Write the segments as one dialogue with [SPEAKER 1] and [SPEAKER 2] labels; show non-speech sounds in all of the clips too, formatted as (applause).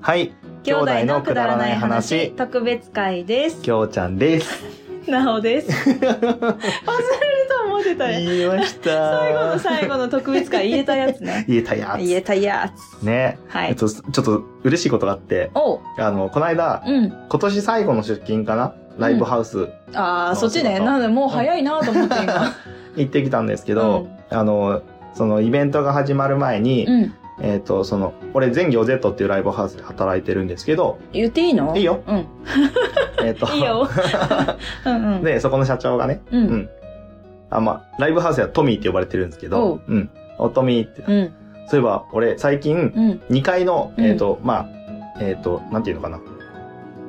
[SPEAKER 1] はい。
[SPEAKER 2] 兄弟のくだらない
[SPEAKER 1] 兄
[SPEAKER 2] 話
[SPEAKER 1] 弟のくだらない話
[SPEAKER 2] 特別会です
[SPEAKER 1] きょうちゃんです。
[SPEAKER 2] な
[SPEAKER 1] (laughs)
[SPEAKER 2] おです忘れると思ってたね
[SPEAKER 1] 言いました。
[SPEAKER 2] 最後の最後の特別会言えたやつね
[SPEAKER 1] 言えたや
[SPEAKER 2] 言えたや
[SPEAKER 1] つ。ね。
[SPEAKER 2] つは
[SPEAKER 1] えっ
[SPEAKER 2] い
[SPEAKER 1] と、ちょっと嬉しいことがあって、
[SPEAKER 2] おう
[SPEAKER 1] あの、この間、
[SPEAKER 2] うん
[SPEAKER 1] 今年最後の出勤かなライブハウス
[SPEAKER 2] ああそっち
[SPEAKER 1] そう
[SPEAKER 2] ね
[SPEAKER 1] そう
[SPEAKER 2] なんでもう早いなと思って今
[SPEAKER 1] 行ってきたんですけど、あの、そのイベントが始まる前に、
[SPEAKER 2] うん
[SPEAKER 1] えっ、と、その、俺、全業 Z っていうライブハウスで働いてるんですけ
[SPEAKER 2] (laughs)
[SPEAKER 1] ど、
[SPEAKER 2] 言っていいの
[SPEAKER 1] いいよ
[SPEAKER 2] うん
[SPEAKER 1] えっ、と、
[SPEAKER 2] いいようんう
[SPEAKER 1] (laughs)
[SPEAKER 2] ん
[SPEAKER 1] で、そこの社長がね、
[SPEAKER 2] う
[SPEAKER 1] う
[SPEAKER 2] ん
[SPEAKER 1] んあ、まあ、ライブハウスではトミーって呼ばれてるんですけ
[SPEAKER 2] お
[SPEAKER 1] ど
[SPEAKER 2] う、
[SPEAKER 1] うん。お、トミーって。
[SPEAKER 2] うん
[SPEAKER 1] そういえば、俺、最近、
[SPEAKER 2] うん
[SPEAKER 1] 2階の、
[SPEAKER 2] うん
[SPEAKER 1] えっ、と、まあ、えっ、と、なんていうのかな。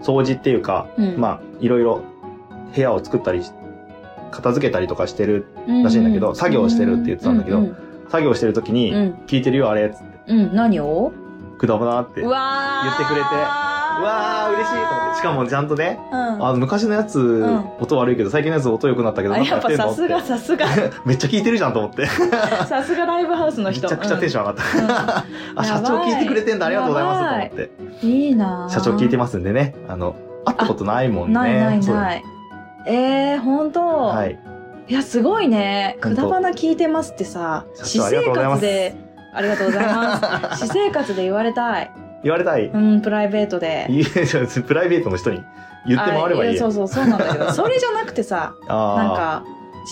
[SPEAKER 1] 掃除っていうか、
[SPEAKER 2] うん
[SPEAKER 1] まあ、いろいろ部屋を作ったりし、片付けたりとかしてる、らしいんだけど
[SPEAKER 2] うう
[SPEAKER 1] 作業してるって言ってたんだけど
[SPEAKER 2] うん
[SPEAKER 1] 作業してる時
[SPEAKER 2] う
[SPEAKER 1] に、
[SPEAKER 2] ん
[SPEAKER 1] 聞いてるよ、あれ、つって、
[SPEAKER 2] うんうん何を
[SPEAKER 1] くだばなって。
[SPEAKER 2] う
[SPEAKER 1] わ
[SPEAKER 2] わー
[SPEAKER 1] 言ってくれてうー、嬉しいと思って。しかも、ちゃんとね、
[SPEAKER 2] うん
[SPEAKER 1] あの昔のやつ、
[SPEAKER 2] ん
[SPEAKER 1] 音悪いけど、最近のやつ音良くなったけど、
[SPEAKER 2] あ
[SPEAKER 1] なんか
[SPEAKER 2] や
[SPEAKER 1] や
[SPEAKER 2] っ
[SPEAKER 1] って
[SPEAKER 2] ぱ
[SPEAKER 1] る
[SPEAKER 2] さ
[SPEAKER 1] の
[SPEAKER 2] すが
[SPEAKER 1] って。
[SPEAKER 2] さすが
[SPEAKER 1] (laughs) めっちゃ聞いてるじゃんと思って。
[SPEAKER 2] さすがライブハウスの
[SPEAKER 1] めち
[SPEAKER 2] 人
[SPEAKER 1] ゃくちゃテンション上がった。 (laughs)
[SPEAKER 2] うん
[SPEAKER 1] あ、社長聞いてくれてんだ、ありがとうございます、と思って。
[SPEAKER 2] ョンいいな
[SPEAKER 1] 社長聞いて
[SPEAKER 2] ま
[SPEAKER 1] ますんでね。あの、会ったことないもんね。
[SPEAKER 2] ないない
[SPEAKER 1] そう
[SPEAKER 2] ないえー、本当、、
[SPEAKER 1] はいい。
[SPEAKER 2] やすごいね「
[SPEAKER 1] ほん
[SPEAKER 2] く
[SPEAKER 1] と
[SPEAKER 2] だばな聞いてます」ってさ私
[SPEAKER 1] 社長ありがと
[SPEAKER 2] 生
[SPEAKER 1] うございま
[SPEAKER 2] 活
[SPEAKER 1] す
[SPEAKER 2] でありがとうございま
[SPEAKER 1] (laughs)
[SPEAKER 2] す私生活で言われたい
[SPEAKER 1] 言われたい。
[SPEAKER 2] うんプライベートで
[SPEAKER 1] いやプライベートの人に言って回ればいい
[SPEAKER 2] あそ
[SPEAKER 1] よ。
[SPEAKER 2] うそうそうなんだ
[SPEAKER 1] (laughs)
[SPEAKER 2] けどそれじゃなくてさなん
[SPEAKER 1] あ
[SPEAKER 2] か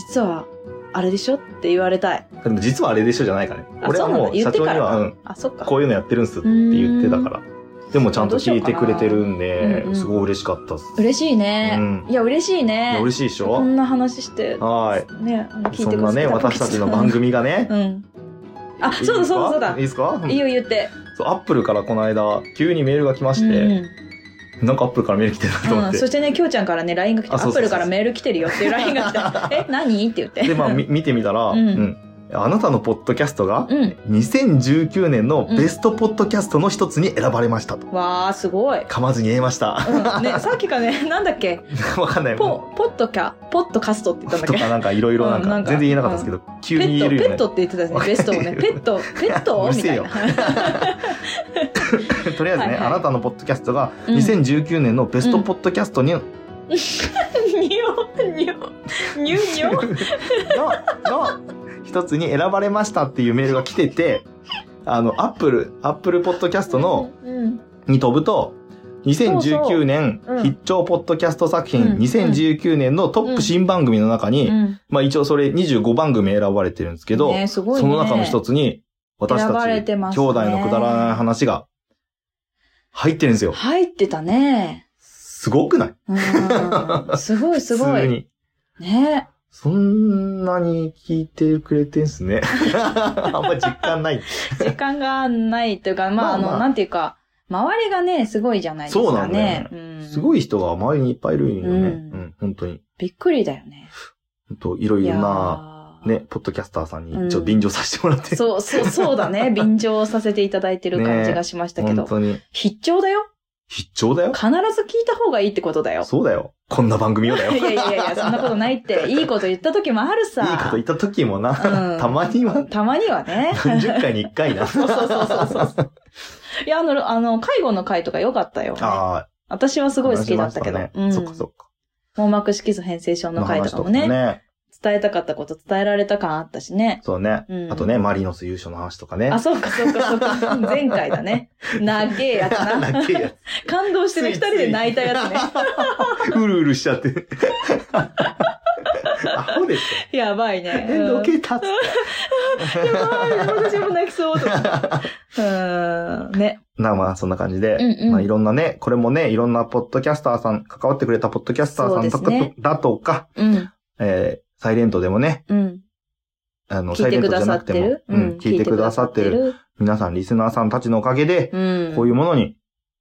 [SPEAKER 2] 実はあれでしょって言われたい
[SPEAKER 1] あ。でも実はあれでしょじゃないからね。
[SPEAKER 2] あ
[SPEAKER 1] 俺は
[SPEAKER 2] そうなん
[SPEAKER 1] も
[SPEAKER 2] だ
[SPEAKER 1] う
[SPEAKER 2] 言
[SPEAKER 1] 社
[SPEAKER 2] って
[SPEAKER 1] 長
[SPEAKER 2] か
[SPEAKER 1] に
[SPEAKER 2] ら
[SPEAKER 1] は、うん、
[SPEAKER 2] あそっか
[SPEAKER 1] こういうのやってるんすって言ってたから。でもちゃんと聞いてくれてるん
[SPEAKER 2] どうしようか
[SPEAKER 1] で
[SPEAKER 2] な、うんうん
[SPEAKER 1] すごい嬉しかったっす。
[SPEAKER 2] 嬉しいね、
[SPEAKER 1] うん
[SPEAKER 2] いや嬉しい
[SPEAKER 1] いや
[SPEAKER 2] ね
[SPEAKER 1] 嬉しいでし
[SPEAKER 2] こ
[SPEAKER 1] ょ
[SPEAKER 2] んな話して
[SPEAKER 1] は
[SPEAKER 2] ねあの
[SPEAKER 1] い。
[SPEAKER 2] 聞い
[SPEAKER 1] そ
[SPEAKER 2] て
[SPEAKER 1] ん
[SPEAKER 2] くだ
[SPEAKER 1] な
[SPEAKER 2] さ
[SPEAKER 1] ね、私たちの番組がね。
[SPEAKER 2] うんあ (laughs) そうだそうだ
[SPEAKER 1] いい
[SPEAKER 2] そうだ
[SPEAKER 1] ですかうん
[SPEAKER 2] いいよ言って
[SPEAKER 1] そうアップルからこの間、急にメールが来まし
[SPEAKER 2] うん
[SPEAKER 1] て、
[SPEAKER 2] うん
[SPEAKER 1] なんかアップルからメール来てるなと思
[SPEAKER 2] う
[SPEAKER 1] っ
[SPEAKER 2] ん、
[SPEAKER 1] て
[SPEAKER 2] そ。してねきょうちゃんからね LINE が来て「ア
[SPEAKER 1] あそう
[SPEAKER 2] ッ
[SPEAKER 1] そ
[SPEAKER 2] プ
[SPEAKER 1] うそう
[SPEAKER 2] ルからメール来てるよ」っていう LINE が
[SPEAKER 1] (laughs)
[SPEAKER 2] 来た「え何?」って言って
[SPEAKER 1] で、まあ、み見てみたら、
[SPEAKER 2] うん
[SPEAKER 1] うんあなたのポッドキャストが、
[SPEAKER 2] うん
[SPEAKER 1] 2019年のベストポッドキャストの一つに選ばれましたと。
[SPEAKER 2] わあすごい、
[SPEAKER 1] 噛まずに言えま
[SPEAKER 2] (laughs)
[SPEAKER 1] した。
[SPEAKER 2] うん、
[SPEAKER 1] (laughs)
[SPEAKER 2] ねさっきかねなんだっけ
[SPEAKER 1] わかんない。
[SPEAKER 2] ポポッドキャポッドカストって言ったんだっ
[SPEAKER 1] と
[SPEAKER 2] け
[SPEAKER 1] かなんかいろいろなん
[SPEAKER 2] うんな
[SPEAKER 1] か
[SPEAKER 2] んか
[SPEAKER 1] 全然言えなかったんですけど、急
[SPEAKER 2] ペ
[SPEAKER 1] に
[SPEAKER 2] ッ
[SPEAKER 1] 言え
[SPEAKER 2] ト
[SPEAKER 1] る
[SPEAKER 2] ペ
[SPEAKER 1] よ
[SPEAKER 2] ッ
[SPEAKER 1] ね
[SPEAKER 2] ト。って言ってたですねベストをねペットペット
[SPEAKER 1] うるせ
[SPEAKER 2] みた
[SPEAKER 1] え
[SPEAKER 2] い
[SPEAKER 1] よ
[SPEAKER 2] な
[SPEAKER 1] (laughs) とりあえずね、
[SPEAKER 2] はいはい
[SPEAKER 1] あなたのポッドキャストが
[SPEAKER 2] うん
[SPEAKER 1] 2019年のベストポッドキャストに、
[SPEAKER 2] におにおにゅに
[SPEAKER 1] の
[SPEAKER 2] お
[SPEAKER 1] (laughs) の一つに選ばれましたっていうメールが来てて、あの、アップル、アップルポッドキャストの、
[SPEAKER 2] うん
[SPEAKER 1] に飛ぶと、2019年
[SPEAKER 2] そうそううん
[SPEAKER 1] 必聴ポッドキャスト作品、
[SPEAKER 2] うん
[SPEAKER 1] 2019年のトップ新番組の中に、
[SPEAKER 2] うん、
[SPEAKER 1] まあ一応それ25番組選ばれてるんですけど、
[SPEAKER 2] ねすごいね
[SPEAKER 1] その中の一つに、私た
[SPEAKER 2] 選ばれ
[SPEAKER 1] ち、
[SPEAKER 2] て
[SPEAKER 1] 兄
[SPEAKER 2] ますね
[SPEAKER 1] 弟のくだらない話が入ってるんですよ。
[SPEAKER 2] 入ってたね
[SPEAKER 1] すごくない (laughs)
[SPEAKER 2] うんすごいすご
[SPEAKER 1] 普通
[SPEAKER 2] い
[SPEAKER 1] に。
[SPEAKER 2] ね
[SPEAKER 1] そんなに聞いてくれてんすね。 (laughs) あんま実感ない。
[SPEAKER 2] 時間がないというか、まあ、
[SPEAKER 1] (laughs) まあ
[SPEAKER 2] あ
[SPEAKER 1] まあ
[SPEAKER 2] の、なんていうか、周りがね、すごいじゃないです
[SPEAKER 1] そうな
[SPEAKER 2] か
[SPEAKER 1] んだ
[SPEAKER 2] ね
[SPEAKER 1] よね。
[SPEAKER 2] うん
[SPEAKER 1] すごい人が周りにいっぱいいるよね。
[SPEAKER 2] うん
[SPEAKER 1] うん、本当に。
[SPEAKER 2] びっくりだよね。
[SPEAKER 1] 本当いろいろな、
[SPEAKER 2] いや
[SPEAKER 1] ね、ポッドキャスターさん
[SPEAKER 2] うん
[SPEAKER 1] にちょっと便乗させてもらっ
[SPEAKER 2] ー
[SPEAKER 1] て。
[SPEAKER 2] (laughs) そう、そう、そうだ
[SPEAKER 1] (laughs)
[SPEAKER 2] ね。便乗させていただいてる感じがしましたけど。
[SPEAKER 1] 本当に。
[SPEAKER 2] 必聴だよ。
[SPEAKER 1] 必聴だよ。
[SPEAKER 2] 必ず聞いた方がいいってことだよ。
[SPEAKER 1] そうだよ。こんな番組をだよ。
[SPEAKER 2] いやいやいや、そんなことない
[SPEAKER 1] (laughs)
[SPEAKER 2] って。いいこと言った時もあるさ。
[SPEAKER 1] いいこと言った時もな、
[SPEAKER 2] うん
[SPEAKER 1] たまには、
[SPEAKER 2] たまにはね。
[SPEAKER 1] (laughs) 何十回に一回な。
[SPEAKER 2] そうそうそうそうそうそう。いや、あの、あの、介護の回とか良かったよ、ね。
[SPEAKER 1] ああ、
[SPEAKER 2] 私はすごい好きだったけど。
[SPEAKER 1] 話しまし
[SPEAKER 2] うん
[SPEAKER 1] ねそっかそっか。
[SPEAKER 2] 網膜色素変性症の回とかも
[SPEAKER 1] の話
[SPEAKER 2] ね。
[SPEAKER 1] ね。
[SPEAKER 2] 伝えたかったこと伝えられた感あったしね。
[SPEAKER 1] そうね
[SPEAKER 2] う。ん
[SPEAKER 1] あとね、マリノス優勝の話とかね。
[SPEAKER 2] あ、そうかそうかそ
[SPEAKER 1] (laughs)
[SPEAKER 2] うか。前回だね。長えやつな。
[SPEAKER 1] 泣けや
[SPEAKER 2] 感動してね、二
[SPEAKER 1] つい
[SPEAKER 2] 人で泣いたやつね。
[SPEAKER 1] つい (laughs) うるうるしちゃ
[SPEAKER 2] (laughs)
[SPEAKER 1] って。アホでし
[SPEAKER 2] やばい
[SPEAKER 1] ょ。
[SPEAKER 2] ね。
[SPEAKER 1] (laughs) え、
[SPEAKER 2] うん
[SPEAKER 1] どけたっつって。
[SPEAKER 2] やばい、私も泣きそうと思って。うーん、ね。
[SPEAKER 1] なあまあ、そんな感じで、
[SPEAKER 2] うんうん
[SPEAKER 1] まあ、いろんなね、これもね、いろんなポッドキャスターさん、関わってくれたポッドキャスターさんと
[SPEAKER 2] そう
[SPEAKER 1] か、
[SPEAKER 2] ですね
[SPEAKER 1] だとか、
[SPEAKER 2] うん、
[SPEAKER 1] えー、サイレントでもね、
[SPEAKER 2] うん。
[SPEAKER 1] あの、
[SPEAKER 2] 聞
[SPEAKER 1] サ
[SPEAKER 2] い
[SPEAKER 1] イレ
[SPEAKER 2] て
[SPEAKER 1] ン
[SPEAKER 2] く
[SPEAKER 1] トじ
[SPEAKER 2] だ
[SPEAKER 1] ゃな
[SPEAKER 2] さっ
[SPEAKER 1] くて
[SPEAKER 2] て
[SPEAKER 1] も
[SPEAKER 2] る、、
[SPEAKER 1] うん、聞いてくださってる。皆さん、リスナーさんたちのおかげで、
[SPEAKER 2] うん。
[SPEAKER 1] こういうものに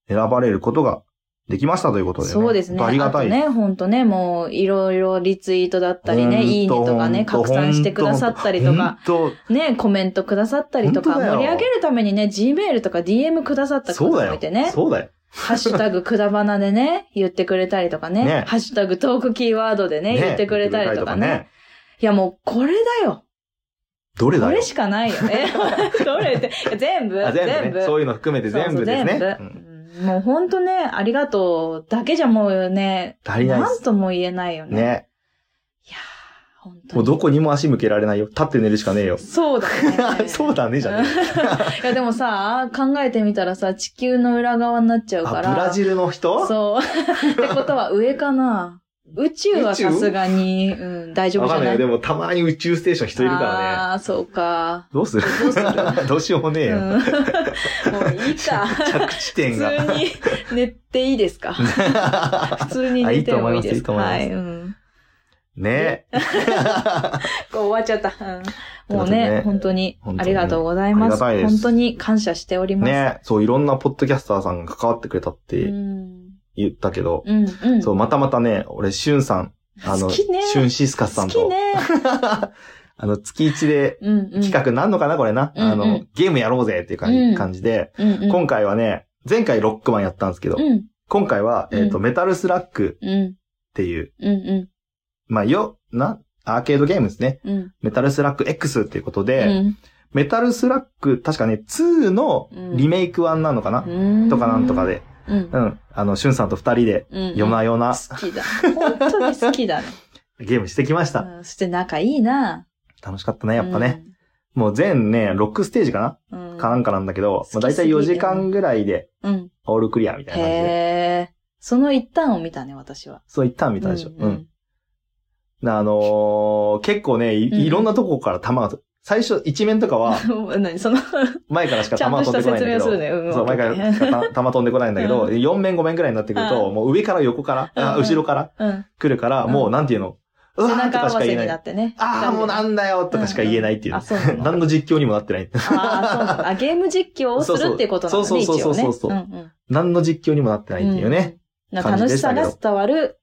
[SPEAKER 1] 選ばれることができましたということでね。
[SPEAKER 2] そうですね。
[SPEAKER 1] ありがた
[SPEAKER 2] あ
[SPEAKER 1] い。
[SPEAKER 2] とね、ほんとね、もう、いろいろリツイートだったり
[SPEAKER 1] ほん
[SPEAKER 2] ね、
[SPEAKER 1] と
[SPEAKER 2] いいねとかね、
[SPEAKER 1] ほん
[SPEAKER 2] 拡
[SPEAKER 1] と
[SPEAKER 2] 散してくださったりとか。。
[SPEAKER 1] ほんと
[SPEAKER 2] ね、コメントくださったりとか、
[SPEAKER 1] 本当だ
[SPEAKER 2] 盛
[SPEAKER 1] よ
[SPEAKER 2] り上げるためにね、Gmail とか DM くださった方
[SPEAKER 1] そうだ
[SPEAKER 2] もい
[SPEAKER 1] よ
[SPEAKER 2] て。ね、
[SPEAKER 1] そうだよ。
[SPEAKER 2] ハッシ
[SPEAKER 1] (laughs)
[SPEAKER 2] ュタグくだばなでね、言ってくれたりとかね、
[SPEAKER 1] ね
[SPEAKER 2] ハッシュタグトークキーワードでね、言ってくれたりとかね。。いやもう、これだよ。
[SPEAKER 1] どれ
[SPEAKER 2] こ
[SPEAKER 1] だよ (laughs)
[SPEAKER 2] れ。しかないよね。どれって、いや全部、
[SPEAKER 1] あ全部
[SPEAKER 2] 全
[SPEAKER 1] ね。
[SPEAKER 2] 部。
[SPEAKER 1] そういうの含めて全部です
[SPEAKER 2] そうそう
[SPEAKER 1] ね。
[SPEAKER 2] 全部
[SPEAKER 1] うん
[SPEAKER 2] もうほんとね、ありがとうだけじゃもうね、
[SPEAKER 1] 足りないで
[SPEAKER 2] なん
[SPEAKER 1] す。
[SPEAKER 2] とも言えないよね。
[SPEAKER 1] ね。
[SPEAKER 2] いやー、ほんと
[SPEAKER 1] もうどこにも足向けられないよ。立って寝るしかねえよ。
[SPEAKER 2] そうだ
[SPEAKER 1] (laughs)
[SPEAKER 2] ね。
[SPEAKER 1] そうだね、じゃね
[SPEAKER 2] (laughs) いやでもさ、考えてみたらさ、地球の裏側になっちゃ
[SPEAKER 1] え。
[SPEAKER 2] う
[SPEAKER 1] あ、
[SPEAKER 2] か
[SPEAKER 1] ブ
[SPEAKER 2] ら。
[SPEAKER 1] ラジルの人
[SPEAKER 2] そう。 (laughs) ってことは上かな。宇宙はさすがに、うん、大丈夫
[SPEAKER 1] わ
[SPEAKER 2] じ
[SPEAKER 1] か
[SPEAKER 2] ゃ
[SPEAKER 1] んない
[SPEAKER 2] ない
[SPEAKER 1] よ。でもたまに宇宙ステーション人いるからね。
[SPEAKER 2] ああ、そうか。
[SPEAKER 1] どうする
[SPEAKER 2] どうする
[SPEAKER 1] (laughs) どうしようもねえ
[SPEAKER 2] うん、 (laughs)
[SPEAKER 1] よ。
[SPEAKER 2] もういいか。
[SPEAKER 1] (laughs) 着地
[SPEAKER 2] 普
[SPEAKER 1] 点が。
[SPEAKER 2] 通に寝ていいで
[SPEAKER 1] (laughs)
[SPEAKER 2] すか普通に
[SPEAKER 1] あい
[SPEAKER 2] 寝
[SPEAKER 1] い
[SPEAKER 2] て
[SPEAKER 1] と思
[SPEAKER 2] も
[SPEAKER 1] い
[SPEAKER 2] い
[SPEAKER 1] ま
[SPEAKER 2] い
[SPEAKER 1] す
[SPEAKER 2] で
[SPEAKER 1] いい
[SPEAKER 2] すか
[SPEAKER 1] と思います
[SPEAKER 2] はい、うん。
[SPEAKER 1] ねえ。
[SPEAKER 2] こう終わっちゃった。うん、もう
[SPEAKER 1] ということでね
[SPEAKER 2] ね、本当に
[SPEAKER 1] 本当に
[SPEAKER 2] ありがとうございます。
[SPEAKER 1] ありがたいです
[SPEAKER 2] 本当に感謝しております。
[SPEAKER 1] ねえ。そう、いろんなポッドキャスターさんが関わってくれたっ
[SPEAKER 2] う
[SPEAKER 1] て
[SPEAKER 2] ん。
[SPEAKER 1] 言ったけど、
[SPEAKER 2] うん、うん。
[SPEAKER 1] そう、またまたね、俺、しゅんさん、あの、
[SPEAKER 2] 好きね
[SPEAKER 1] しゅんシスカスさ
[SPEAKER 2] 好
[SPEAKER 1] ん
[SPEAKER 2] き
[SPEAKER 1] と、
[SPEAKER 2] ね。
[SPEAKER 1] (laughs) あの、月一で
[SPEAKER 2] うん、うん。
[SPEAKER 1] 企画なんのかな、これな。
[SPEAKER 2] うん
[SPEAKER 1] あ
[SPEAKER 2] うんう
[SPEAKER 1] の、ゲームやろうぜっていうか
[SPEAKER 2] うん
[SPEAKER 1] 感じで、
[SPEAKER 2] うん、うん。
[SPEAKER 1] 今回はね、前回ロックマンやったんですけど、
[SPEAKER 2] うん、
[SPEAKER 1] 今回は、えっと、
[SPEAKER 2] う
[SPEAKER 1] メタルスラック
[SPEAKER 2] うん、
[SPEAKER 1] っていう、
[SPEAKER 2] うん、
[SPEAKER 1] まあ、よ、な、アーケードゲームですね。
[SPEAKER 2] うん。うん
[SPEAKER 1] メタルスラック X っていうことで、
[SPEAKER 2] うん
[SPEAKER 1] メタルスラック、確かね、2のリメイク版なのかな、
[SPEAKER 2] うん
[SPEAKER 1] とかなんとかで、
[SPEAKER 2] うん
[SPEAKER 1] う。ん。あの、しゅんさんと二人で、
[SPEAKER 2] うん。
[SPEAKER 1] 夜な夜な
[SPEAKER 2] 好きだ。本当に好
[SPEAKER 1] (laughs)
[SPEAKER 2] きだね。
[SPEAKER 1] ゲームしてきました。
[SPEAKER 2] うんそして仲いいな。
[SPEAKER 1] 楽しかったね、やっぱね。もう全ね、6ステージかな、
[SPEAKER 2] うん。うん。
[SPEAKER 1] かなんかなんだけど、まあ、
[SPEAKER 2] 好き
[SPEAKER 1] 大
[SPEAKER 2] す
[SPEAKER 1] 体
[SPEAKER 2] ぎて
[SPEAKER 1] 4時間ぐらいで、
[SPEAKER 2] うん。
[SPEAKER 1] オールクリアみたいな感じで。
[SPEAKER 2] へえ。その一端を見たね、私は。
[SPEAKER 1] そういったんみたいでしょ。うん、
[SPEAKER 2] うんうん。
[SPEAKER 1] あのー結構ね
[SPEAKER 2] うん
[SPEAKER 1] い、いろんなとこから弾が、最初、一面とか
[SPEAKER 2] (laughs)
[SPEAKER 1] は、
[SPEAKER 2] 何その、
[SPEAKER 1] 前からしか
[SPEAKER 2] ちゃん
[SPEAKER 1] 弾
[SPEAKER 2] と
[SPEAKER 1] は
[SPEAKER 2] し
[SPEAKER 1] 飛ん
[SPEAKER 2] た
[SPEAKER 1] でこないん
[SPEAKER 2] 説
[SPEAKER 1] だけ
[SPEAKER 2] 明を
[SPEAKER 1] ど。
[SPEAKER 2] するね。うん。
[SPEAKER 1] そう、前からしか弾飛んでこないんだけど、
[SPEAKER 2] うん
[SPEAKER 1] 4面5面ぐらいになってくると、
[SPEAKER 2] うん
[SPEAKER 1] もう上から横から、あ
[SPEAKER 2] うん
[SPEAKER 1] 後ろから
[SPEAKER 2] うん。
[SPEAKER 1] 来るから、
[SPEAKER 2] うん
[SPEAKER 1] もうなんていうの、うわ
[SPEAKER 2] 背
[SPEAKER 1] ーと
[SPEAKER 2] 中合
[SPEAKER 1] かし
[SPEAKER 2] わ
[SPEAKER 1] か言
[SPEAKER 2] せ
[SPEAKER 1] えな
[SPEAKER 2] に
[SPEAKER 1] い。
[SPEAKER 2] な
[SPEAKER 1] あ
[SPEAKER 2] ってね。
[SPEAKER 1] あー、もうなんだよとかしか言えないっていうね
[SPEAKER 2] あ、。そうなの
[SPEAKER 1] 何の実況にもなってない。
[SPEAKER 2] あーそうなのあ、ゲーム実況をするっていうことなんだ
[SPEAKER 1] そう
[SPEAKER 2] ね、
[SPEAKER 1] そう
[SPEAKER 2] 一応ね。
[SPEAKER 1] そうそうそうそう
[SPEAKER 2] うん
[SPEAKER 1] 何の実況にもなってないっていうね。
[SPEAKER 2] うん。
[SPEAKER 1] 感じ
[SPEAKER 2] 楽
[SPEAKER 1] で
[SPEAKER 2] し
[SPEAKER 1] した
[SPEAKER 2] さ
[SPEAKER 1] けど
[SPEAKER 2] が伝わる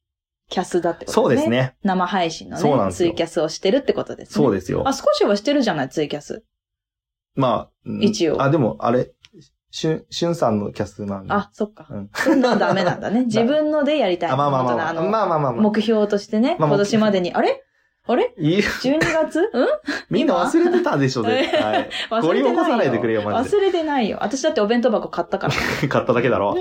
[SPEAKER 2] キャスだってこと
[SPEAKER 1] そうです。ね。
[SPEAKER 2] 生配信の
[SPEAKER 1] そうなん
[SPEAKER 2] ね、
[SPEAKER 1] です
[SPEAKER 2] ツ
[SPEAKER 1] よ
[SPEAKER 2] イキャスをしてるってことですね。
[SPEAKER 1] そうですよ
[SPEAKER 2] あ、。少しはしてるじゃない、ツイキャス。
[SPEAKER 1] まあ、うん
[SPEAKER 2] 一応
[SPEAKER 1] あ、でも、あれ、しゅん、しゅんさんのキャスなんで。
[SPEAKER 2] あ、そっか
[SPEAKER 1] うん。
[SPEAKER 2] そんなのダメなんだ
[SPEAKER 1] (laughs)
[SPEAKER 2] ね。自分のでやりたい。
[SPEAKER 1] あ、まあまあまあ
[SPEAKER 2] 本当だ
[SPEAKER 1] まあ。
[SPEAKER 2] の
[SPEAKER 1] まあまあまあまあ。
[SPEAKER 2] 目標としてね、
[SPEAKER 1] まあ
[SPEAKER 2] 今年までに、あれあれ
[SPEAKER 1] いい (laughs)
[SPEAKER 2] ?12 月うん
[SPEAKER 1] みんな忘れてたでしょ、絶
[SPEAKER 2] (laughs)
[SPEAKER 1] 対。
[SPEAKER 2] 忘れてないよ。
[SPEAKER 1] ゴリ起こさないでくれよマジ
[SPEAKER 2] 忘れてないよ。私だってお弁当箱買ったか
[SPEAKER 1] (laughs) 買っただけだろ。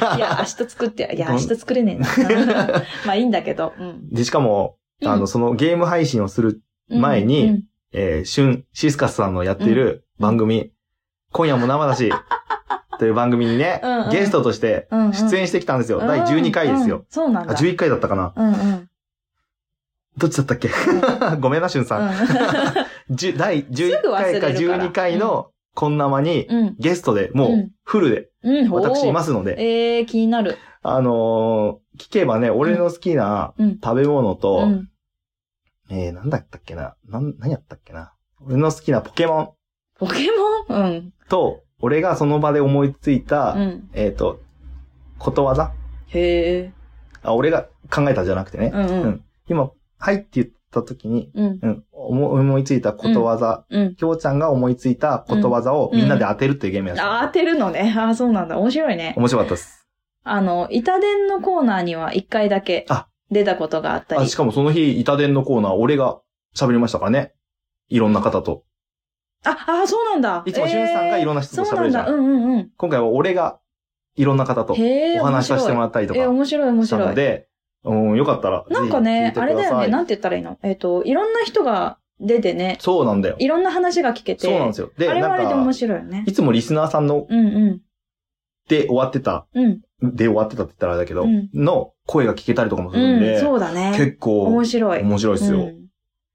[SPEAKER 2] ら。いや、明日作って、いや、明日作れねえな。まあいいんだけど。うん
[SPEAKER 1] (laughs) で、しかも、あの、そのゲーム配信をする、
[SPEAKER 2] うん
[SPEAKER 1] 前に
[SPEAKER 2] うん
[SPEAKER 1] えー、しゅん、シスカスさんのやっている番組、今夜も生
[SPEAKER 2] (laughs)
[SPEAKER 1] だし、という番組にね、
[SPEAKER 2] うんうん
[SPEAKER 1] ゲストとして
[SPEAKER 2] うんうん
[SPEAKER 1] 出演してきたんですよ。
[SPEAKER 2] うん
[SPEAKER 1] 第12回です
[SPEAKER 2] う
[SPEAKER 1] よ
[SPEAKER 2] ん。そうなん
[SPEAKER 1] あ、
[SPEAKER 2] だ。
[SPEAKER 1] 11回だったかな
[SPEAKER 2] うんうん。
[SPEAKER 1] どっちだったっけ (laughs) ごめんな、しゅんさん。じゅ第11回か
[SPEAKER 2] すぐ忘れるから
[SPEAKER 1] 12回のこんなまに、
[SPEAKER 2] うん。うん
[SPEAKER 1] ゲストでも
[SPEAKER 2] う
[SPEAKER 1] うんフルで
[SPEAKER 2] うん。。
[SPEAKER 1] 私いますすので、
[SPEAKER 2] えー、気になる。
[SPEAKER 1] あのー聞けばね、俺の好きな
[SPEAKER 2] うん
[SPEAKER 1] 食べ物と、
[SPEAKER 2] うん。
[SPEAKER 1] えー、なんだったっけな、なん、何やったっけな。俺の好きなポケモン
[SPEAKER 2] ポケモンうん。
[SPEAKER 1] と、俺がその場で思いついた、
[SPEAKER 2] うん。
[SPEAKER 1] えっ、と、ことわざ
[SPEAKER 2] へえ。
[SPEAKER 1] あ、俺が考えたんじゃなくてね。
[SPEAKER 2] うんう。
[SPEAKER 1] うんん今、はいって言った時に、
[SPEAKER 2] うん。
[SPEAKER 1] うん、思思いついたことわざ、
[SPEAKER 2] うん。
[SPEAKER 1] きょうちゃんが思いついたことわざをみんなで当てるっていうゲームやった、
[SPEAKER 2] あー、当てるのね。あー、そうなんだ。面白いね。
[SPEAKER 1] 面白かったです。
[SPEAKER 2] あの、板伝のコーナーには一回だけ
[SPEAKER 1] あ
[SPEAKER 2] 出たことがあった
[SPEAKER 1] あ
[SPEAKER 2] り
[SPEAKER 1] し。かもその日、板伝のコーナー、俺が喋りましたからね。いろんな方と。
[SPEAKER 2] あ、あー、そうなんだ。
[SPEAKER 1] いつもしゅんさんがいろんな人と喋るじゃん
[SPEAKER 2] えーそうなんだ。うんうん
[SPEAKER 1] 今回は俺がいろんな方と
[SPEAKER 2] うん。へえ。
[SPEAKER 1] お話しさせてもらったりと
[SPEAKER 2] 面白いえー、
[SPEAKER 1] か
[SPEAKER 2] 面白い面
[SPEAKER 1] した
[SPEAKER 2] 白
[SPEAKER 1] の
[SPEAKER 2] い。
[SPEAKER 1] で、うん、よかったら、
[SPEAKER 2] なんか
[SPEAKER 1] ぜ、
[SPEAKER 2] ね
[SPEAKER 1] ひ
[SPEAKER 2] あ
[SPEAKER 1] 聞いて
[SPEAKER 2] れ
[SPEAKER 1] く
[SPEAKER 2] だ
[SPEAKER 1] だ
[SPEAKER 2] よ
[SPEAKER 1] さ
[SPEAKER 2] ね、
[SPEAKER 1] い。
[SPEAKER 2] なんて言ったらいいのえっ、と、いろんな人が出てね、
[SPEAKER 1] そうなんだよ。
[SPEAKER 2] いろんな話が聞けて、
[SPEAKER 1] そうなんですよ。で、
[SPEAKER 2] あれはあれで
[SPEAKER 1] な
[SPEAKER 2] 面
[SPEAKER 1] んか、
[SPEAKER 2] 白いよね。
[SPEAKER 1] いつもリスナーさんの
[SPEAKER 2] うんうん。
[SPEAKER 1] で終わってた、
[SPEAKER 2] うん。
[SPEAKER 1] で終わってたって言ったらあれだけど、
[SPEAKER 2] うん
[SPEAKER 1] の声が聞けたりとかもするん
[SPEAKER 2] う
[SPEAKER 1] で、
[SPEAKER 2] ん、そうだね。
[SPEAKER 1] 結構
[SPEAKER 2] 面白い。
[SPEAKER 1] 面白いですよ。
[SPEAKER 2] うん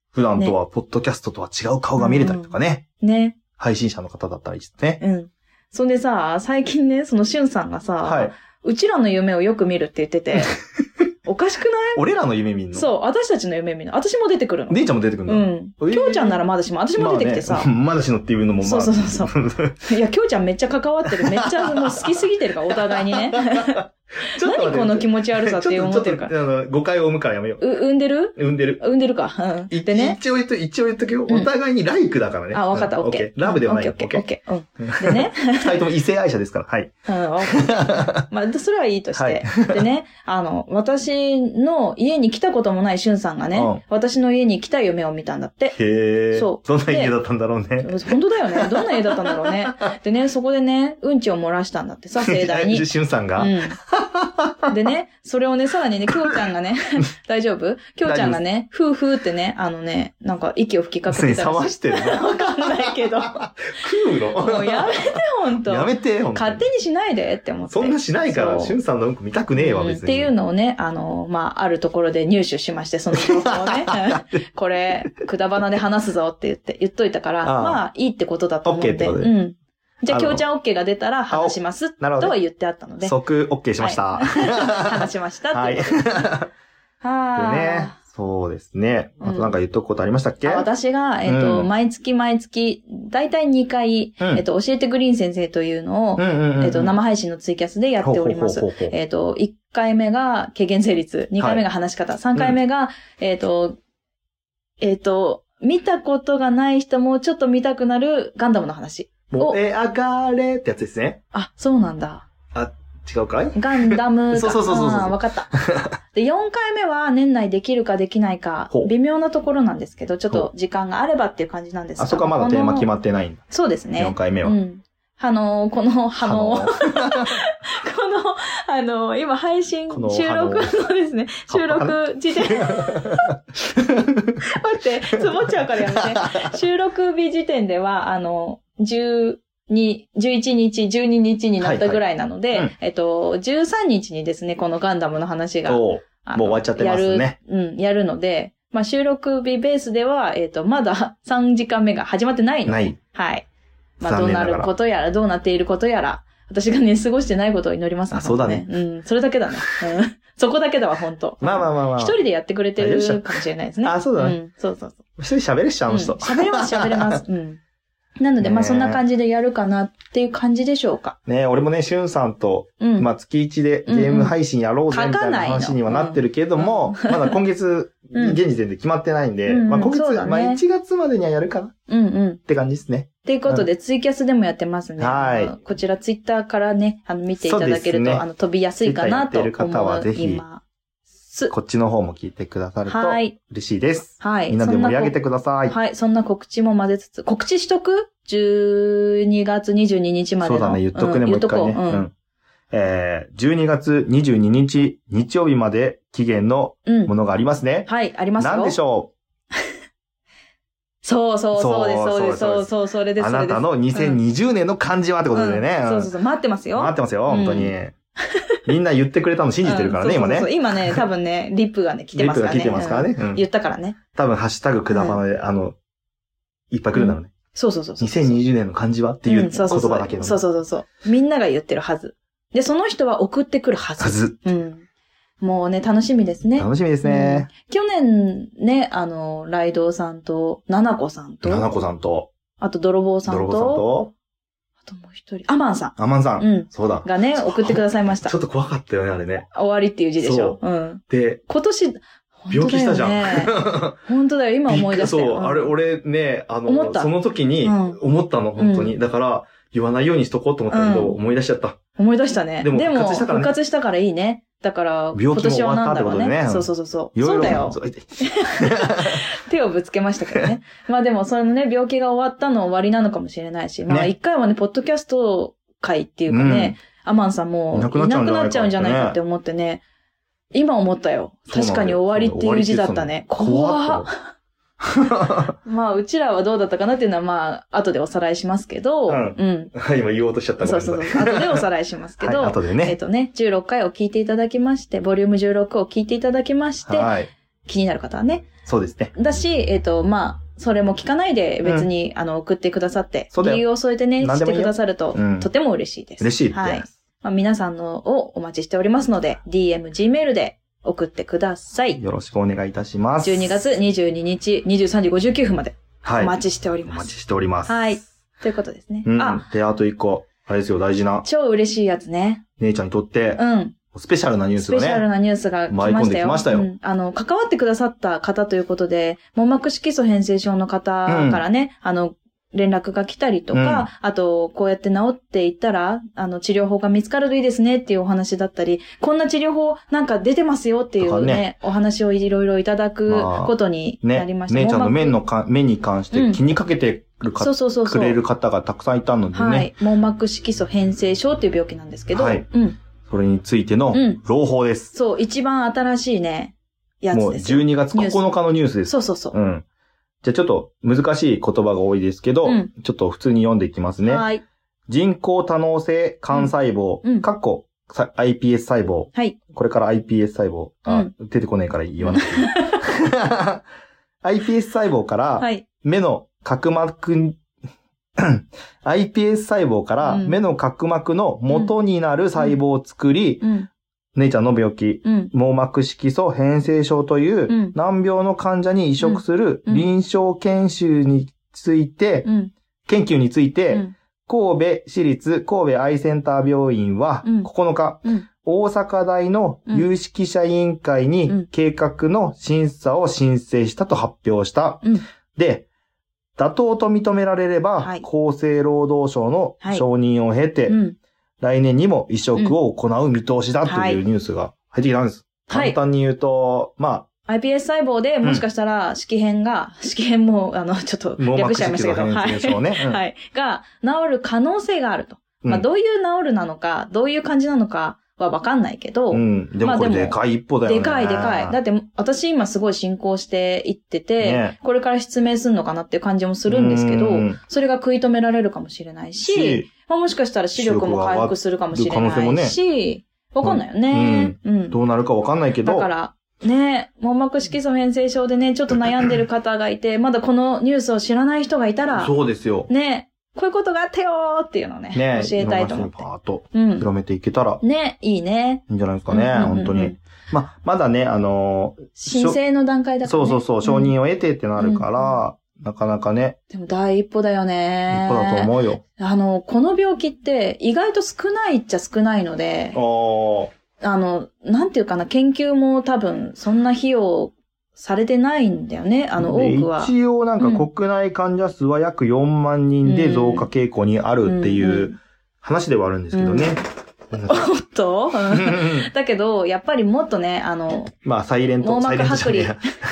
[SPEAKER 1] 普段とは、ポッドキャストとは違う顔が見れたりとかね、
[SPEAKER 2] ね。
[SPEAKER 1] 配信者の方だったりしてね。
[SPEAKER 2] うん。そんでさ、最近ね、そのしゅんさんがさ、
[SPEAKER 1] はい。
[SPEAKER 2] うちらの夢をよく見るって言ってて、おかしくない
[SPEAKER 1] 俺らの夢見んの。
[SPEAKER 2] そう、私たちの夢見るの。私も出てくるの。
[SPEAKER 1] 姉ちゃんも出てくる
[SPEAKER 2] う
[SPEAKER 1] の。
[SPEAKER 2] ん。きょうちゃんならまだしも、私も出てきてさ
[SPEAKER 1] ま、あね (laughs) まだしのっていうのもまあ。
[SPEAKER 2] そうそうそう
[SPEAKER 1] そう。
[SPEAKER 2] いや、きょうちゃんめっちゃ関わってる。めっちゃもう好きすぎてるから、お互いにね。
[SPEAKER 1] ちょっと待っ
[SPEAKER 2] 何
[SPEAKER 1] て
[SPEAKER 2] この気持ち悪さって思ってるか
[SPEAKER 1] ちょ
[SPEAKER 2] ら。
[SPEAKER 1] っとちょっとあの誤解を生むからやめよう。
[SPEAKER 2] う、産んでる
[SPEAKER 1] 産んでる。
[SPEAKER 2] 産んでるか。うん。
[SPEAKER 1] い
[SPEAKER 2] でね。
[SPEAKER 1] 一応言っと、一応言っとくよ。
[SPEAKER 2] うん
[SPEAKER 1] お互いにライクだからね。
[SPEAKER 2] あ、わかった、
[SPEAKER 1] うん
[SPEAKER 2] オッケー。
[SPEAKER 1] ラブではないよ。
[SPEAKER 2] オッケー、オッ
[SPEAKER 1] オッケ
[SPEAKER 2] ケー、オッケー。うん。でね。
[SPEAKER 1] ー二人とも異性愛者ですから。はい。
[SPEAKER 2] うん、わか
[SPEAKER 1] (laughs)
[SPEAKER 2] ったまあ、それはいいとして。
[SPEAKER 1] は
[SPEAKER 2] でね、あの、私の家に来たこともないしゅんさんがね、
[SPEAKER 1] うん
[SPEAKER 2] 私の家に来た夢を見たんだって。
[SPEAKER 1] へえ。
[SPEAKER 2] そう
[SPEAKER 1] どんな家だったんだろうね。
[SPEAKER 2] 本当だよね。どんな家だったんだろうね。でね、そこでね、うんちを漏らしたんだってさ、盛大
[SPEAKER 1] (laughs)
[SPEAKER 2] に。
[SPEAKER 1] しゅんさんが。
[SPEAKER 2] うん。でね、それをね、さらにね、きょうちゃん
[SPEAKER 1] (laughs)
[SPEAKER 2] がね、大丈夫きょうちゃんがね、ふうふうってね、あのね、なんか息を吹きかけ
[SPEAKER 1] すで
[SPEAKER 2] て
[SPEAKER 1] に
[SPEAKER 2] たら
[SPEAKER 1] 騒
[SPEAKER 2] しい。 (laughs)
[SPEAKER 1] してるね。
[SPEAKER 2] わかんないけど。も
[SPEAKER 1] 食うの
[SPEAKER 2] うやめて、ほんと。
[SPEAKER 1] やめて、ほんとに
[SPEAKER 2] 勝手にしないでって思って。
[SPEAKER 1] そんなしないから、
[SPEAKER 2] そう
[SPEAKER 1] しゅんさんのうんこ見たくねえわ、
[SPEAKER 2] うん
[SPEAKER 1] 別に。
[SPEAKER 2] っていうのをね、あの、まあ、あるところで入手しまして、その情報
[SPEAKER 1] (laughs)
[SPEAKER 2] をね、これ、くだばなで話すぞって言って、言っといたから、
[SPEAKER 1] ああ
[SPEAKER 2] まあ、いいってことだと思って。
[SPEAKER 1] オッケーってことで
[SPEAKER 2] うん。じゃあ、
[SPEAKER 1] あの
[SPEAKER 2] 京ちゃん OK が出たら話します、
[SPEAKER 1] なるほ
[SPEAKER 2] と
[SPEAKER 1] ど
[SPEAKER 2] は
[SPEAKER 1] ね。
[SPEAKER 2] 言ってあったので、
[SPEAKER 1] 即 OK しました。
[SPEAKER 2] (laughs) 話しましたっ
[SPEAKER 1] は
[SPEAKER 2] て
[SPEAKER 1] い。
[SPEAKER 2] い
[SPEAKER 1] で
[SPEAKER 2] うことで。 (laughs) はあ
[SPEAKER 1] (laughs) ね。そうですね。あとなんか言っとくことありましたっけ
[SPEAKER 2] あ私が、えっ、と、
[SPEAKER 1] うん
[SPEAKER 2] 毎月毎月、だいたい2回、
[SPEAKER 1] うん
[SPEAKER 2] えっと、教えてグリーン先生というのを、えっと、生配信のツイキャスでやっております。
[SPEAKER 1] ほうほうほうほう
[SPEAKER 2] えっ、と、1回目が軽減成立、2回目が話し方、3回目が、えっ、と、えっ、と、見たことがない人もちょっと見たくなるガンダムの話。
[SPEAKER 1] 燃え上がれってやつですね。
[SPEAKER 2] あ、そうなんだ。
[SPEAKER 1] 違うかい
[SPEAKER 2] ガンダムが。
[SPEAKER 1] (laughs) そうそうそうそうそう
[SPEAKER 2] あーわ
[SPEAKER 1] (laughs)
[SPEAKER 2] かった。で、4回目は年内できるかできないか
[SPEAKER 1] ほ、う
[SPEAKER 2] 微妙なところなんですけど、ちょっと時間があればっていう感じなんですが
[SPEAKER 1] あそこはまだテーマ決
[SPEAKER 2] っ
[SPEAKER 1] まってないんだ。
[SPEAKER 2] そうです
[SPEAKER 1] 4
[SPEAKER 2] ね。
[SPEAKER 1] 回目
[SPEAKER 2] う
[SPEAKER 1] は。
[SPEAKER 2] ん。あのー、 (laughs) この、あのー、
[SPEAKER 1] あのー
[SPEAKER 2] この、あの、今配信、
[SPEAKER 1] この
[SPEAKER 2] 収録のですね、
[SPEAKER 1] あの
[SPEAKER 2] 収録時点、待って、つぼっちゃうからやめて。収録日時点では、あの、12、11日、12日になったぐらいなので、
[SPEAKER 1] はいはいうん
[SPEAKER 2] えっと、13日にですね、このガンダムの話
[SPEAKER 1] (laughs)
[SPEAKER 2] が、
[SPEAKER 1] そう
[SPEAKER 2] あの
[SPEAKER 1] もう終わっちゃってますね。
[SPEAKER 2] やる、うん、やるので、まあ、収録日ベースでは、えっと、まだ3時間目が始まってないので
[SPEAKER 1] ない。
[SPEAKER 2] はい。まあ、
[SPEAKER 1] 残
[SPEAKER 2] どう
[SPEAKER 1] 念
[SPEAKER 2] な
[SPEAKER 1] ながら
[SPEAKER 2] ることやら、どうなっていることやら、私がね、過ごしてないことを祈ります
[SPEAKER 1] あそうだね
[SPEAKER 2] 本当うん、それだけだね。うん。そこだけだわ、本当
[SPEAKER 1] まあまあまあまあ。
[SPEAKER 2] 一人でやってくれて
[SPEAKER 1] 大丈夫
[SPEAKER 2] る
[SPEAKER 1] っし
[SPEAKER 2] かもしれないですね。
[SPEAKER 1] あそうだね
[SPEAKER 2] ん、そうそうそう。
[SPEAKER 1] 一人喋るっしょ、あの人
[SPEAKER 2] うん。喋れます、喋れます。うん。なので、まあ、
[SPEAKER 1] ねえ
[SPEAKER 2] そんな感じでやるかなっていう感じでしょうか。
[SPEAKER 1] (laughs) ね俺もね、しゅんさんと、
[SPEAKER 2] うん。
[SPEAKER 1] まあ月1でゲーム配信やろうぜ
[SPEAKER 2] うんうん
[SPEAKER 1] みたいな話にはなってるけども、まだ今月、
[SPEAKER 2] うん
[SPEAKER 1] 現時点で決まってないんで、
[SPEAKER 2] うん
[SPEAKER 1] まあ今月、
[SPEAKER 2] そうだね
[SPEAKER 1] まあ1月までにはやるかなっ
[SPEAKER 2] うんうん。
[SPEAKER 1] て感じですね。
[SPEAKER 2] ということで、ツイキャスでもやってますね。
[SPEAKER 1] はい
[SPEAKER 2] あのこちら、ツイッターからね、あの、見ていただける
[SPEAKER 1] そう
[SPEAKER 2] と、
[SPEAKER 1] ですね
[SPEAKER 2] あの、飛びやすいかなと思い
[SPEAKER 1] Twitter やってる方はぜひ
[SPEAKER 2] ます。
[SPEAKER 1] こっちの方も聞いてくださると
[SPEAKER 2] はい。
[SPEAKER 1] 嬉しいです。
[SPEAKER 2] はい。
[SPEAKER 1] みんなで盛り上げてください。
[SPEAKER 2] はい、そんな告知も混ぜつつ、告知しとく ?12 月22日まで
[SPEAKER 1] そ
[SPEAKER 2] の。
[SPEAKER 1] うだね、言っとくね、
[SPEAKER 2] ん
[SPEAKER 1] もう一回ね。
[SPEAKER 2] 言っとこう
[SPEAKER 1] うんえー、12月22日、日曜日まで期限の
[SPEAKER 2] うん。うん
[SPEAKER 1] ものがありますね。
[SPEAKER 2] はい、ありますよ。
[SPEAKER 1] 何でしょ
[SPEAKER 2] そうそうそうです、そうです、そうそう、それ
[SPEAKER 1] う
[SPEAKER 2] です。
[SPEAKER 1] あなた
[SPEAKER 2] っ
[SPEAKER 1] の2020年の漢字はって
[SPEAKER 2] て
[SPEAKER 1] ことでね。
[SPEAKER 2] そうそうそう、待ってますよ。
[SPEAKER 1] 待ってますよ、
[SPEAKER 2] う
[SPEAKER 1] 本
[SPEAKER 2] ん (laughs)
[SPEAKER 1] 当に。みんな言ってくれたの信じてるからね、
[SPEAKER 2] うん
[SPEAKER 1] 今ね。
[SPEAKER 2] そうそうそう
[SPEAKER 1] (laughs)
[SPEAKER 2] 今ね、多分ね、リップがね、来てますからね。
[SPEAKER 1] リップが来てますからね
[SPEAKER 2] うん
[SPEAKER 1] うん
[SPEAKER 2] 言ったからね。
[SPEAKER 1] 多分、ハッシュタグくだばなで、あの、いっぱい来るんだろうね。
[SPEAKER 2] そうそうそうそう。
[SPEAKER 1] 2020年の漢字はっていうん言
[SPEAKER 2] そうそうそう
[SPEAKER 1] 葉だけの。
[SPEAKER 2] そうそうそうそう。みんなが言ってるはず。で、その人は送ってくるはず。
[SPEAKER 1] はず。
[SPEAKER 2] うん。もうね、楽しみですね。
[SPEAKER 1] 楽しみですね。
[SPEAKER 2] 去年ね、あの、ライドウさんと、ナナコさんと、
[SPEAKER 1] ななこさんと、
[SPEAKER 2] あと、泥棒さんと、
[SPEAKER 1] 泥棒さんと、
[SPEAKER 2] あともう一人、アマンさ
[SPEAKER 1] アマンさ。
[SPEAKER 2] ん。うんん。
[SPEAKER 1] そうだ。
[SPEAKER 2] がね、送ってくださいました
[SPEAKER 1] ちょ。っと怖かったよね、あれね。
[SPEAKER 2] 終わりっていう字でしょ。うん。
[SPEAKER 1] で、
[SPEAKER 2] 今年、
[SPEAKER 1] 病気したじゃ
[SPEAKER 2] 本当だよね
[SPEAKER 1] ん。
[SPEAKER 2] 本当だよ、今思い出した
[SPEAKER 1] びっくり
[SPEAKER 2] よ。
[SPEAKER 1] そう、あれ、
[SPEAKER 2] うん
[SPEAKER 1] 俺ね、あ
[SPEAKER 2] 思っ
[SPEAKER 1] の、
[SPEAKER 2] た
[SPEAKER 1] その時に
[SPEAKER 2] うん
[SPEAKER 1] 思ったの、本当に。だから、言わないようにしとこうと思ったけど、
[SPEAKER 2] う
[SPEAKER 1] 思い出しちゃった。
[SPEAKER 2] 思い出したね。で
[SPEAKER 1] で
[SPEAKER 2] も、
[SPEAKER 1] も復活したからね
[SPEAKER 2] 復活したからいいね。だから、
[SPEAKER 1] 病気も
[SPEAKER 2] 今年はなんだろう
[SPEAKER 1] 終わったってことで
[SPEAKER 2] ね。
[SPEAKER 1] ね
[SPEAKER 2] そうそうそうそう。
[SPEAKER 1] いろ
[SPEAKER 2] そ
[SPEAKER 1] いうろ
[SPEAKER 2] だよ。
[SPEAKER 1] そう
[SPEAKER 2] 手をぶつけました
[SPEAKER 1] (laughs)
[SPEAKER 2] けどね。まあでも、そのね、病気が終わったの終わりなのかもしれないし、まあ
[SPEAKER 1] ね
[SPEAKER 2] 一回はね、ポッドキャスト会っていうかね、アマンさんも
[SPEAKER 1] い
[SPEAKER 2] いな
[SPEAKER 1] な
[SPEAKER 2] く
[SPEAKER 1] くなっちゃうんじゃないか
[SPEAKER 2] なっちゃうんじゃないかって思ってね、今思ったよ。
[SPEAKER 1] そうなんだ
[SPEAKER 2] 確
[SPEAKER 1] よ
[SPEAKER 2] かに終わりっていう字だったね。怖っ。まあ、うちらはどうだったかなっていうのは、まあ、後でおさらいしますけど、う
[SPEAKER 1] うん
[SPEAKER 2] ん。
[SPEAKER 1] はい、 (laughs) 今言おうとしちゃったご
[SPEAKER 2] そ
[SPEAKER 1] め
[SPEAKER 2] うん
[SPEAKER 1] なさいう
[SPEAKER 2] そそう。後でおさらいしますけど、
[SPEAKER 1] はい、後で
[SPEAKER 2] えっ、
[SPEAKER 1] ね。
[SPEAKER 2] とね、16回を聞いていただきまして、ボリューム16を聞いていただきまして、
[SPEAKER 1] はい。
[SPEAKER 2] 気になる方はね。
[SPEAKER 1] そうですね。
[SPEAKER 2] だし、えっ、と、まあ、それも聞かないで別に、あの、送ってくださって、
[SPEAKER 1] そうだよ
[SPEAKER 2] 理由を添えてね、
[SPEAKER 1] 何
[SPEAKER 2] し
[SPEAKER 1] でも
[SPEAKER 2] て
[SPEAKER 1] いい
[SPEAKER 2] く
[SPEAKER 1] よ
[SPEAKER 2] ださると、
[SPEAKER 1] うん
[SPEAKER 2] とても嬉しいです。
[SPEAKER 1] 嬉しいです。
[SPEAKER 2] はい。まあ、皆さんのをお待ちしておりますので、DM、Gmail で送ってください。
[SPEAKER 1] よろしくお願いいたします。
[SPEAKER 2] 12月22日23時59分まで
[SPEAKER 1] は
[SPEAKER 2] お
[SPEAKER 1] い。
[SPEAKER 2] 待ちしており
[SPEAKER 1] お
[SPEAKER 2] ま
[SPEAKER 1] 待
[SPEAKER 2] す。
[SPEAKER 1] ちしております。
[SPEAKER 2] はい。ということですね。
[SPEAKER 1] うん
[SPEAKER 2] あ、。
[SPEAKER 1] で、あと一個、あれですよ、大事な、
[SPEAKER 2] 超嬉しいやつね。
[SPEAKER 1] 姉ちゃんにとって
[SPEAKER 2] う、ん。
[SPEAKER 1] スペシャルなニュース
[SPEAKER 2] ス
[SPEAKER 1] が
[SPEAKER 2] ペシャル
[SPEAKER 1] ね。
[SPEAKER 2] なニュースが来ま
[SPEAKER 1] 舞い込ん
[SPEAKER 2] した
[SPEAKER 1] で
[SPEAKER 2] よ。
[SPEAKER 1] きましたよ
[SPEAKER 2] うんあの、関わってくださった方ということで、網膜色素変性症の方からね、あの、連絡が来たりとか、
[SPEAKER 1] うん
[SPEAKER 2] あと、こうやって治っていったら、あの、治療法が見つかるといいですねっていうお話だったり、こんな治療法なんか出てますよってい
[SPEAKER 1] と
[SPEAKER 2] う
[SPEAKER 1] か
[SPEAKER 2] ね、
[SPEAKER 1] ね
[SPEAKER 2] お話をいろいろいただく
[SPEAKER 1] まあ
[SPEAKER 2] ことにな
[SPEAKER 1] ね
[SPEAKER 2] りまし、た。
[SPEAKER 1] 姉ちゃんの
[SPEAKER 2] 網膜
[SPEAKER 1] 面のか、目に関して気にかけてるか、
[SPEAKER 2] そうそうそうそ
[SPEAKER 1] く
[SPEAKER 2] う。
[SPEAKER 1] れる方がたくさんいたのでね、
[SPEAKER 2] はい。網膜色素変性症っていう病気なんですけど、
[SPEAKER 1] はい
[SPEAKER 2] うん。
[SPEAKER 1] それについての
[SPEAKER 2] うん
[SPEAKER 1] 朗報です。
[SPEAKER 2] そう、一番新しいね、やつ
[SPEAKER 1] もう
[SPEAKER 2] ですよ。
[SPEAKER 1] 12月9日のニュースです。
[SPEAKER 2] そうそうそう。
[SPEAKER 1] うん。じゃあちょっと難しい言葉が多いですけど、
[SPEAKER 2] うん
[SPEAKER 1] ちょっと普通に読んでいきますね。
[SPEAKER 2] はい。
[SPEAKER 1] 人工多能性幹細胞、
[SPEAKER 2] うんうん
[SPEAKER 1] かっこさ iPS 細胞、
[SPEAKER 2] はい。
[SPEAKER 1] これから iPS 細胞、あ
[SPEAKER 2] うん
[SPEAKER 1] 出てこないから言わ
[SPEAKER 2] (laughs)
[SPEAKER 1] なくていい。iPS 細胞から
[SPEAKER 2] はい。
[SPEAKER 1] 目の角膜に、iPS 細胞から
[SPEAKER 2] うん
[SPEAKER 1] 目の角膜の元になる細胞を作り、
[SPEAKER 2] うん。
[SPEAKER 1] 姉ちゃんの病気、
[SPEAKER 2] うん。
[SPEAKER 1] 網膜色素変性症といううん難病の患者に移植する
[SPEAKER 2] うん
[SPEAKER 1] 臨床研修について、
[SPEAKER 2] うん。
[SPEAKER 1] 研究についうて、
[SPEAKER 2] ん。
[SPEAKER 1] 神戸市立神戸アイセンター病院は
[SPEAKER 2] うん
[SPEAKER 1] 9日、
[SPEAKER 2] うん
[SPEAKER 1] 大阪大の有識者委員会
[SPEAKER 2] う
[SPEAKER 1] に
[SPEAKER 2] ん
[SPEAKER 1] 計画の審査を申請したと発表した。
[SPEAKER 2] うん
[SPEAKER 1] で、妥当と認められれば、
[SPEAKER 2] はい
[SPEAKER 1] 厚生労働省の
[SPEAKER 2] はい
[SPEAKER 1] 承認を経て、
[SPEAKER 2] うん。
[SPEAKER 1] 来年にも移植を行う見通しだと
[SPEAKER 2] はい
[SPEAKER 1] いうニュースが入ってきたんです。
[SPEAKER 2] はい
[SPEAKER 1] 簡単に言うと、ま
[SPEAKER 2] iPS 細胞でもしかしたら、色変が、色変も、あの、ちょっと
[SPEAKER 1] あ、網
[SPEAKER 2] 略
[SPEAKER 1] 膜
[SPEAKER 2] しちゃいま
[SPEAKER 1] 色
[SPEAKER 2] したけ
[SPEAKER 1] 素
[SPEAKER 2] ど、は
[SPEAKER 1] 変性症
[SPEAKER 2] い。
[SPEAKER 1] ね。うん
[SPEAKER 2] はい。が、治る可能性があると。
[SPEAKER 1] うん
[SPEAKER 2] まあ、どういう治るなのか、どういう感じなのかはわかんないけど、
[SPEAKER 1] うん。でも
[SPEAKER 2] まあ
[SPEAKER 1] これ
[SPEAKER 2] でも
[SPEAKER 1] でかい一歩だよね。
[SPEAKER 2] でかいでかい。だって、私今すごい進行していってて、
[SPEAKER 1] ね
[SPEAKER 2] これから失明するのかなっていう感じもするんですけど
[SPEAKER 1] う、ん
[SPEAKER 2] それが食い止められるかもしれないし、まあ、もしかしたら視力も回復するかもし
[SPEAKER 1] 視
[SPEAKER 2] れ
[SPEAKER 1] 力が上がる可
[SPEAKER 2] な
[SPEAKER 1] 能
[SPEAKER 2] いし、わかんないよね。うん。
[SPEAKER 1] どうなるかわかんないけど。
[SPEAKER 2] だから、ね、網膜色素変性症でね、ちょっと悩んでる方がいて、 (laughs) まだこのニュースを知らない人がいたら、
[SPEAKER 1] そうですよ。
[SPEAKER 2] ね、こういうことがあったよーっていうのをね、
[SPEAKER 1] ね
[SPEAKER 2] (laughs) 教えたいと思っ
[SPEAKER 1] 今
[SPEAKER 2] て
[SPEAKER 1] の話をパーッと。
[SPEAKER 2] うん。
[SPEAKER 1] 広めていけたら
[SPEAKER 2] ね、いいね。
[SPEAKER 1] いいんじゃないですかね。
[SPEAKER 2] うんうんうんうん
[SPEAKER 1] 本当に。まあ、まだね、あのし
[SPEAKER 2] 申
[SPEAKER 1] ょ
[SPEAKER 2] 請の段階だから、
[SPEAKER 1] そ
[SPEAKER 2] ね。
[SPEAKER 1] うそうそう、承
[SPEAKER 2] ん
[SPEAKER 1] 認を得てってなるから、なかなかね、
[SPEAKER 2] でも第一歩だよ
[SPEAKER 1] 一
[SPEAKER 2] ね。
[SPEAKER 1] 歩だと思うよ。
[SPEAKER 2] あの、この病気って意外と少ないっちゃ少ないので、
[SPEAKER 1] お
[SPEAKER 2] あの、なんていうかな、研究も多分、そんな費用されてないんだよね、あの、多くは。
[SPEAKER 1] 一応なん
[SPEAKER 2] う
[SPEAKER 1] か
[SPEAKER 2] ん
[SPEAKER 1] 国内患者数は約4万人で増加傾向にあるってい
[SPEAKER 2] ん (laughs)
[SPEAKER 1] うう話ではあるんですけどね。
[SPEAKER 2] うん。おっと
[SPEAKER 1] うん
[SPEAKER 2] だけど、やっぱりもっとね、あ
[SPEAKER 1] (laughs)
[SPEAKER 2] の、
[SPEAKER 1] (laughs) まあ、サイレント、
[SPEAKER 2] 網
[SPEAKER 1] サイ
[SPEAKER 2] 膜
[SPEAKER 1] レント
[SPEAKER 2] 剥離
[SPEAKER 1] じゃねえや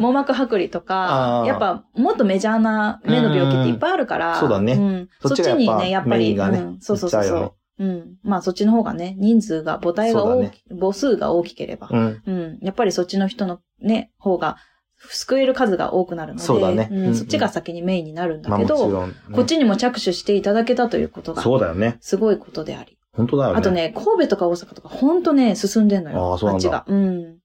[SPEAKER 2] 網膜剥離と
[SPEAKER 1] あ
[SPEAKER 2] か
[SPEAKER 1] ー、
[SPEAKER 2] やっぱもっとメジャーな目の病気っていっぱいあるから、
[SPEAKER 1] うんそうだね
[SPEAKER 2] ん
[SPEAKER 1] そ
[SPEAKER 2] そ
[SPEAKER 1] っ
[SPEAKER 2] っ
[SPEAKER 1] ち
[SPEAKER 2] ち
[SPEAKER 1] が
[SPEAKER 2] に
[SPEAKER 1] やっぱ
[SPEAKER 2] ね、やっぱ
[SPEAKER 1] メイ
[SPEAKER 2] り、
[SPEAKER 1] ンがね
[SPEAKER 2] うん、そうそうそ
[SPEAKER 1] 行
[SPEAKER 2] う
[SPEAKER 1] っちゃ
[SPEAKER 2] そう
[SPEAKER 1] よ
[SPEAKER 2] う
[SPEAKER 1] ね、
[SPEAKER 2] ん。まあそっちの方がね、人数が、母体が
[SPEAKER 1] そうだ
[SPEAKER 2] 大
[SPEAKER 1] ね
[SPEAKER 2] き、母数が大きければ、
[SPEAKER 1] うん。
[SPEAKER 2] うん。やっぱりそっちの人のね、方が、救える数が多くなるので、
[SPEAKER 1] そうだね
[SPEAKER 2] ん
[SPEAKER 1] うんうん
[SPEAKER 2] そっちが先にメインになるん
[SPEAKER 1] まあ、
[SPEAKER 2] だけ
[SPEAKER 1] もち
[SPEAKER 2] ど、
[SPEAKER 1] ろんね。
[SPEAKER 2] こっちにも着手していただけたということが、
[SPEAKER 1] そうだよね。
[SPEAKER 2] すごいことであり。
[SPEAKER 1] 本当だよね。
[SPEAKER 2] あと。ね、神戸とか大阪とか、ほんとね、進んでんのよ。
[SPEAKER 1] あーそうなんだ
[SPEAKER 2] っちが。うん。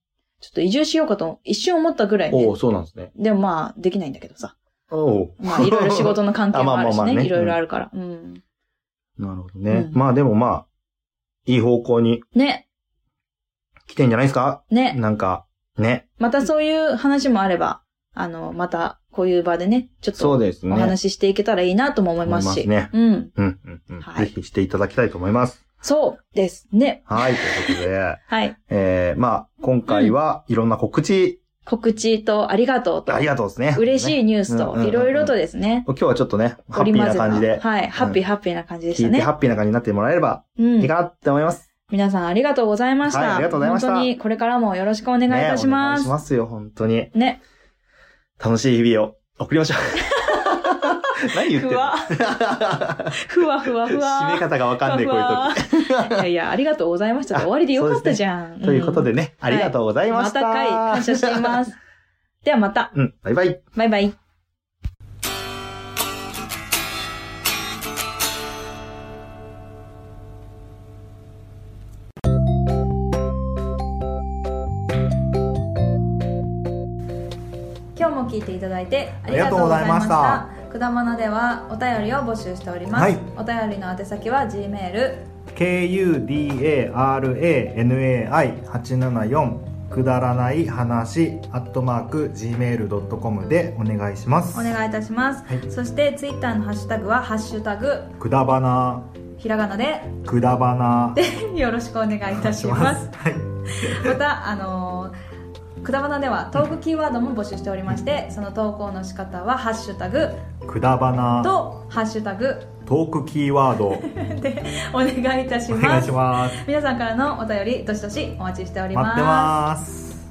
[SPEAKER 2] ちょっと移住しようかと、一瞬思ったぐらい
[SPEAKER 1] お
[SPEAKER 2] ね
[SPEAKER 1] お。そうなんですね。
[SPEAKER 2] でもまあ、できないんだけ
[SPEAKER 1] (laughs)
[SPEAKER 2] どさ。
[SPEAKER 1] おお
[SPEAKER 2] まあ、いろいろ仕。事の関係もあるし
[SPEAKER 1] あまあまあまあね
[SPEAKER 2] ね。いろいろあるから。うん。
[SPEAKER 1] なるほどね。
[SPEAKER 2] うん
[SPEAKER 1] まあでもまあ、いい方向に
[SPEAKER 2] ね、
[SPEAKER 1] 来てんじゃないですか
[SPEAKER 2] ね。
[SPEAKER 1] なんか、ね。
[SPEAKER 2] またそういう話もあれば、あの、また、こういう場でね、ちょっ
[SPEAKER 1] そう
[SPEAKER 2] と
[SPEAKER 1] ですね。
[SPEAKER 2] お話ししていけたらいいなとも思いますし。
[SPEAKER 1] 思いますね
[SPEAKER 2] うん。
[SPEAKER 1] うん、うん、うん。
[SPEAKER 2] はい
[SPEAKER 1] ぜひしていただきたいと思います。
[SPEAKER 2] そうですね。
[SPEAKER 1] はい、
[SPEAKER 2] (laughs)
[SPEAKER 1] ということで、
[SPEAKER 2] はい。
[SPEAKER 1] えー、まあ、今回はいろんな告知、
[SPEAKER 2] 告知とありがとうと
[SPEAKER 1] あ、りがとうですね。
[SPEAKER 2] 嬉し
[SPEAKER 1] ね
[SPEAKER 2] いニュース
[SPEAKER 1] うんうんうん
[SPEAKER 2] と、
[SPEAKER 1] うん
[SPEAKER 2] いろいろとですね、
[SPEAKER 1] 今日はちょっとね、ハッ
[SPEAKER 2] 織
[SPEAKER 1] ピ
[SPEAKER 2] り
[SPEAKER 1] ー
[SPEAKER 2] 交
[SPEAKER 1] な
[SPEAKER 2] ぜた。
[SPEAKER 1] 感じで、
[SPEAKER 2] はい。ハッピー
[SPEAKER 1] うん
[SPEAKER 2] ハッピーな感じでし
[SPEAKER 1] 聞
[SPEAKER 2] た
[SPEAKER 1] いて
[SPEAKER 2] ね
[SPEAKER 1] ハ。ッピーな感じになってもらえれば
[SPEAKER 2] うん
[SPEAKER 1] いい。かなって思います。
[SPEAKER 2] 皆さんありがとうございました。
[SPEAKER 1] はいありがとうございました
[SPEAKER 2] 本当にこれからもよろしくお願いい
[SPEAKER 1] ね
[SPEAKER 2] たしま
[SPEAKER 1] お願いし
[SPEAKER 2] す。
[SPEAKER 1] ますよ、本当に。
[SPEAKER 2] ね。
[SPEAKER 1] 楽しい日々を送りましょう。
[SPEAKER 2] (laughs)
[SPEAKER 1] 何言ってん
[SPEAKER 2] ふ
[SPEAKER 1] の
[SPEAKER 2] わふわふわふわ。
[SPEAKER 1] (laughs) 締め方がわかんねえ、こういう時。
[SPEAKER 2] ふわふわいやいや、ありがとうございました。終わりでよかったじゃん。
[SPEAKER 1] ということでね、ありがとうござ
[SPEAKER 2] う
[SPEAKER 1] い
[SPEAKER 2] ん、
[SPEAKER 1] ま
[SPEAKER 2] ま
[SPEAKER 1] したた。
[SPEAKER 2] 回、感謝してい
[SPEAKER 1] す。
[SPEAKER 2] ます。ではまた。
[SPEAKER 1] (laughs) うん、バイバイ。
[SPEAKER 2] バイバイ。今日も聞いていただいてありがとうございました。
[SPEAKER 1] あ
[SPEAKER 2] くだまなではお便りを募集しております。
[SPEAKER 1] はい
[SPEAKER 2] お便りの宛先は G メール
[SPEAKER 1] kudaranai874 くだらない話アットマーク gmail.com でお願いしま
[SPEAKER 2] お
[SPEAKER 1] す。
[SPEAKER 2] 願いいたします。
[SPEAKER 1] はい
[SPEAKER 2] そしてツイッターのハッシュタグはハッシュタグ
[SPEAKER 1] くだばな
[SPEAKER 2] ひひらがなで、
[SPEAKER 1] くだばな。
[SPEAKER 2] よろしくお願いいたします。
[SPEAKER 1] (laughs) はい。
[SPEAKER 2] また、あのーくだばなではトークキーワードも募集しておりまして、その投稿の仕方は、ハッシュタグ
[SPEAKER 1] くだばな。
[SPEAKER 2] と、ハッシュタグ
[SPEAKER 1] トークキーワード。
[SPEAKER 2] でお願いいたし
[SPEAKER 1] お
[SPEAKER 2] ま
[SPEAKER 1] 願い
[SPEAKER 2] す
[SPEAKER 1] し。
[SPEAKER 2] (laughs)
[SPEAKER 1] ます。
[SPEAKER 2] 皆さんからのお便り、どしどしお待ちしており
[SPEAKER 1] 待ってます。